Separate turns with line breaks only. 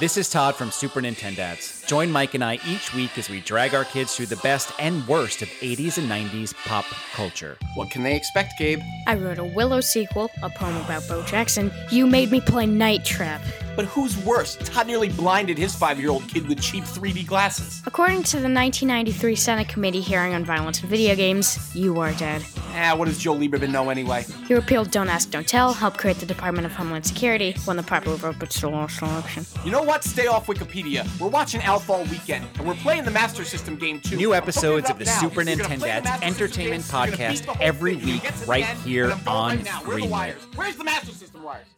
This is Todd from Super Nintendats. Join Mike and I each week as we drag our kids through the best and worst of 80s and 90s pop culture.
What can they expect, Gabe?
I wrote a Willow sequel, a poem about Bo Jackson. You made me play Night Trap.
But who's worse? Todd nearly blinded his five year old kid with cheap 3D glasses.
According to the 1993 Senate Committee hearing on violence in video games, you are dead.
Ah, what does Joe Lieberman know anyway?
He repealed Don't Ask, Don't Tell, helped create the Department of Homeland Security, won the popular vote, but still lost an election.
You know what? Stay off Wikipedia. We're watching Outfall Weekend, and we're playing the Master System game too.
New
I'm
episodes of
hooking
the
it up now.
Super
We're gonna play
Nintendats
the Master System
Entertainment
games. We're gonna beat
Podcast
the whole
every
thing. We're gonna
week
get to the
right
end,
here
and I'm going
on
right now. Where are the
Greenlit.
wires? Where's the Master System wires?